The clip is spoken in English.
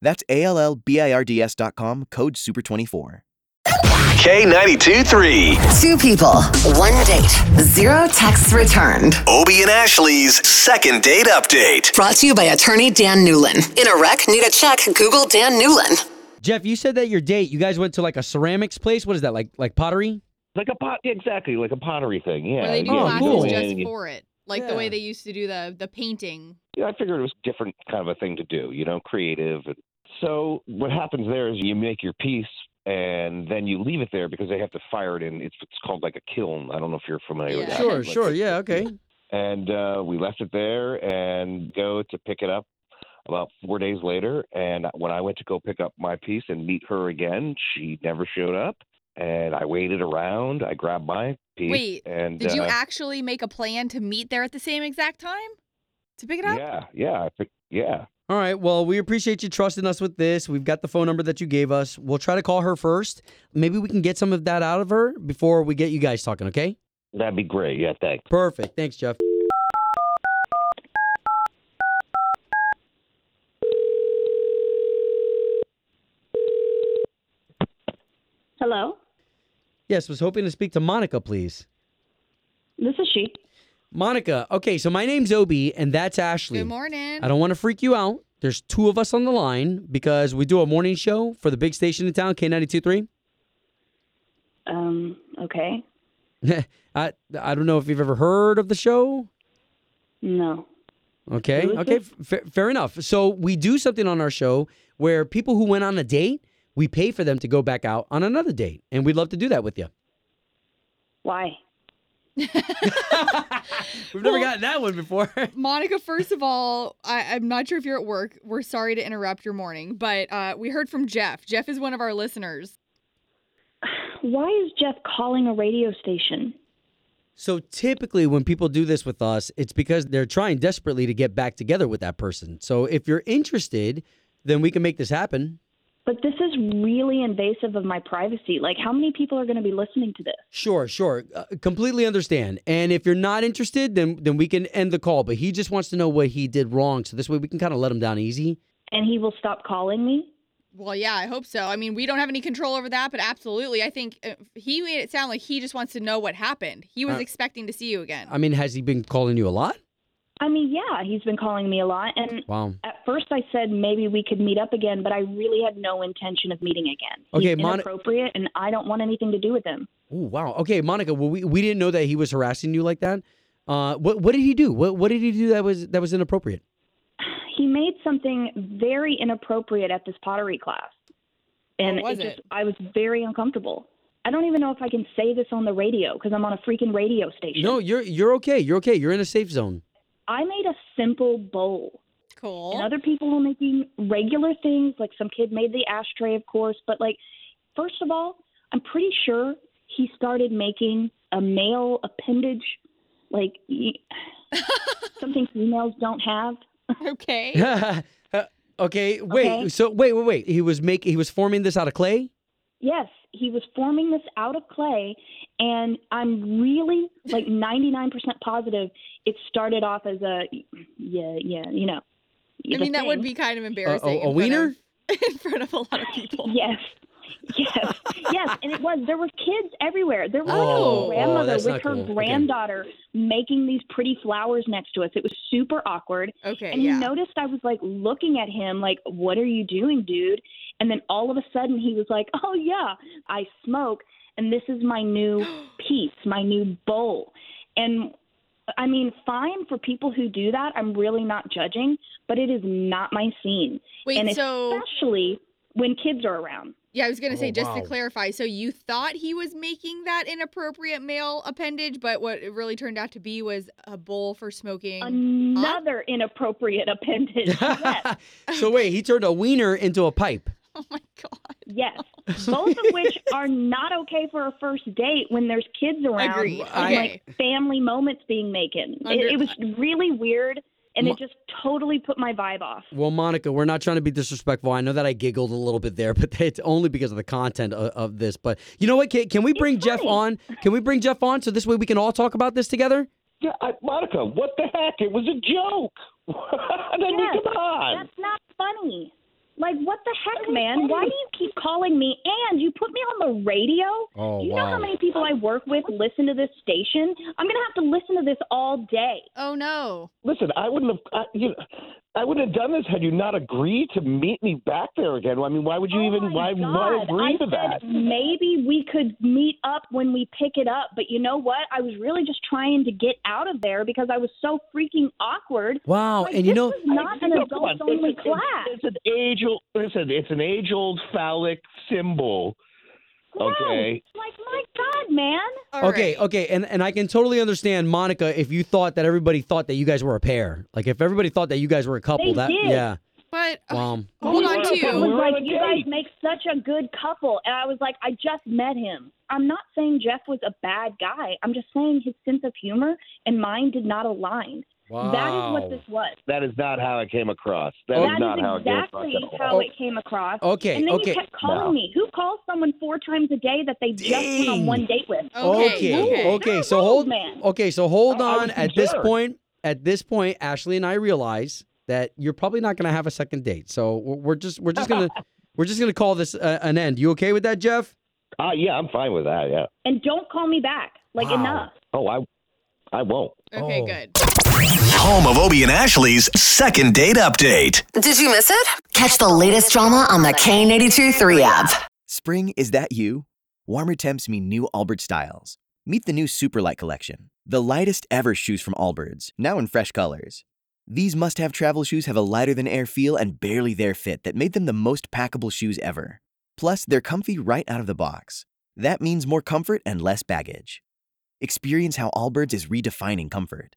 That's A-L-L-B-I-R-D-S dot com, code SUPER24. K92 3. Two people, one date, zero texts returned. Obie and Ashley's second date update. Brought to you by attorney Dan Newlin. In a wreck, need a check, Google Dan Newlin. Jeff, you said that your date, you guys went to like a ceramics place. What is that? Like like pottery? Like a pot, exactly, like a pottery thing. Yeah. Where they do yeah, you classes go cool. in just and you- for it, like the way they used to do the the painting. yeah, I figured it was different kind of a thing to do, you know, creative. So what happens there is you make your piece and then you leave it there because they have to fire it in. It's, it's called like a kiln. I don't know if you're familiar with Yeah. that. Sure, Like, sure. Yeah, okay. And uh, we left it there and go to pick it up about four days later. And when I went to go pick up my piece and meet her again, she never showed up. And I waited around. I grabbed my piece. Wait, and Did you uh, actually make a plan to meet there at the same exact time to pick it up? Yeah, yeah, I pick- yeah. All right. Well, we appreciate you trusting us with this. We've got the phone number that you gave us. We'll try to call her first. Maybe we can get some of that out of her before we get you guys talking, okay? That'd be great. Yeah, thanks. Perfect. Thanks, Jeff. Hello, Yes, was hoping to speak to Monica, please. this is she. Monica, okay, so my name's Obi and that's Ashley. Good morning. I don't want to freak you out. There's two of us on the line because we do a morning show for the big station in town, K92.3. Um, okay. I, I don't know if you've ever heard of the show. No. Okay. Who is Okay. this? F- fair enough. So we do something on our show where people who went on a date, we pay for them to go back out on another date, and we'd love to do that with you. Why? We've never Well- gotten that one before. Monica, first of all, I, I'm not sure if you're at work. We're sorry to interrupt your morning, but uh, we heard from Jeff. Jeff is one of our listeners. Why is Jeff calling a radio station? so typically, when people do this with us, it's because they're trying desperately to get back together with that person. So if you're interested, then we can make this happen. But this is really invasive of my privacy. Like, how many people are going to be listening to this? Sure, sure. Uh, completely understand. And if you're not interested, then then we can end the call. But he just wants to know what he did wrong, so this way we can kind of let him down easy. And he will stop calling me? Well, yeah, I hope so. I mean, we don't have any control over that, but absolutely. I think uh, he made it sound like he just wants to know what happened. He was Uh, expecting to see you again. I mean, has he been calling you a lot? I mean, yeah, he's been calling me a lot. And Wow. at first I said maybe we could meet up again, but I really had no intention of meeting again. Okay, he's Mon- inappropriate, and I don't want anything to do with him. Ooh, wow. Okay, Monica. Well, we, we didn't know that he was harassing you like that. Uh, what what did he do? What what did he do that was that was inappropriate? He made something very inappropriate at this pottery class. And What was it just it? I was very uncomfortable. I don't even know if I can say this on the radio because I'm on a freaking radio station. No, you're you're okay. You're okay. You're in a safe zone. I made a simple bowl. cool. And other people were making regular things, like some kid made the ashtray, of course, but like first of all, I'm pretty sure he started making a male appendage like y- something females don't have. okay. okay. Wait. Okay. So wait, wait, wait. He was making he was forming this out of clay. Yes, he was forming this out of clay, and I'm really like 99% positive it started off as a yeah, yeah, you know. I mean, that would be kind of embarrassing. a in front wiener? of- in front of a lot of people. Yes, yes, yes, and it was. There were kids everywhere. There was Oh, oh, like a grandmother that's with not her cool. Okay. granddaughter making these pretty flowers next to us. It was super awkward. Okay. And yeah. he noticed I was like looking at him, like, "What are you doing, dude?" And then all of a sudden, he was like, "Oh yeah, I smoke, and this is my new piece, my new bowl." And I mean, fine for people who do that. I'm really not judging, but it is not my scene, Wait. and so especially when kids are around. yeah, I was gonna say Oh, just wow. to clarify. So you thought he was making that inappropriate male appendage, but what it really turned out to be was a bowl for smoking. Another inappropriate appendage. Yes. so wait, he turned a wiener into a pipe. oh my god. Yes. Both of which are not okay for a first date when there's kids around Agreed. and Okay. like family moments being making. Under- it, it was really weird and Mo- it just totally put my vibe off. Well, Monica, we're not trying to be disrespectful. I know that I giggled a little bit there, but it's only because of the content of, of this. But you know what? Can, can we bring Jeff on? funny. Can we bring Jeff on so this way we can all talk about this together? Yeah, I, Monica, what the heck? It was a joke. I mean, Yes, come on. That's not funny. Like what the heck, man? Why do you keep calling me? And you put me on the radio. Oh, do you know wow. how many people I work with listen to this station? I'm gonna have to listen to this all day. Oh no. Listen, I wouldn't have. I, you know, I wouldn't have done this had you not agreed to meet me back there again. I mean, why would you Oh even? Why, my why God. agree I to that? said Maybe we could meet up when we pick it up, but you know what? I was really just trying to get out of there because I was so freaking awkward. Wow. Like, and you this know, was not an No, come on. adults It's- only it's- class. It's an age old. Listen, it's an age old phallic symbol. Gross. okay. Like my God, man. All okay, right. okay. And, and I can totally understand, Monica, if you thought that everybody thought that you guys were a pair. Like if everybody thought that you guys were a couple, They that, did. yeah. But uh, Um, hold we on were- to It we you. was were on like a you guys date. make such a good couple, and I was like, I just met him. I'm not saying Jeff was a bad guy. I'm just saying his sense of humor and mine did not align. That is what this was. That is not how it came across. That is that not is how it came across. exactly at all. how it came across. Oh. Okay, And then okay. you kept calling No. me. Who calls someone four times a day that they just went Dang. on one date with? Okay. Okay. Okay. You're a So road hold. man. Okay. So hold Oh, I- I on. was a At this jerk. point, at this point, Ashley and I realize that you're probably not going to have a second date. So we're we're just we're just gonna we're just gonna call this uh, an end. You okay with that, Jeff? Ah, yeah, I'm fine with that. Yeah. And don't call me back. Like Wow. enough. Oh, I, I won't. Okay. Oh. Good. Home of Obie and Ashley's second date update. Did you miss it? Catch the latest drama on the K82 3 app. Spring, is that you? Warmer temps mean new Allbirds styles. Meet the new Superlight collection, the lightest ever shoes from Allbirds, now in fresh colors. These must have travel shoes have a lighter than air feel and barely their fit that made them the most packable shoes ever. Plus, they're comfy right out of the box. That means more comfort and less baggage. Experience how Allbirds is redefining comfort.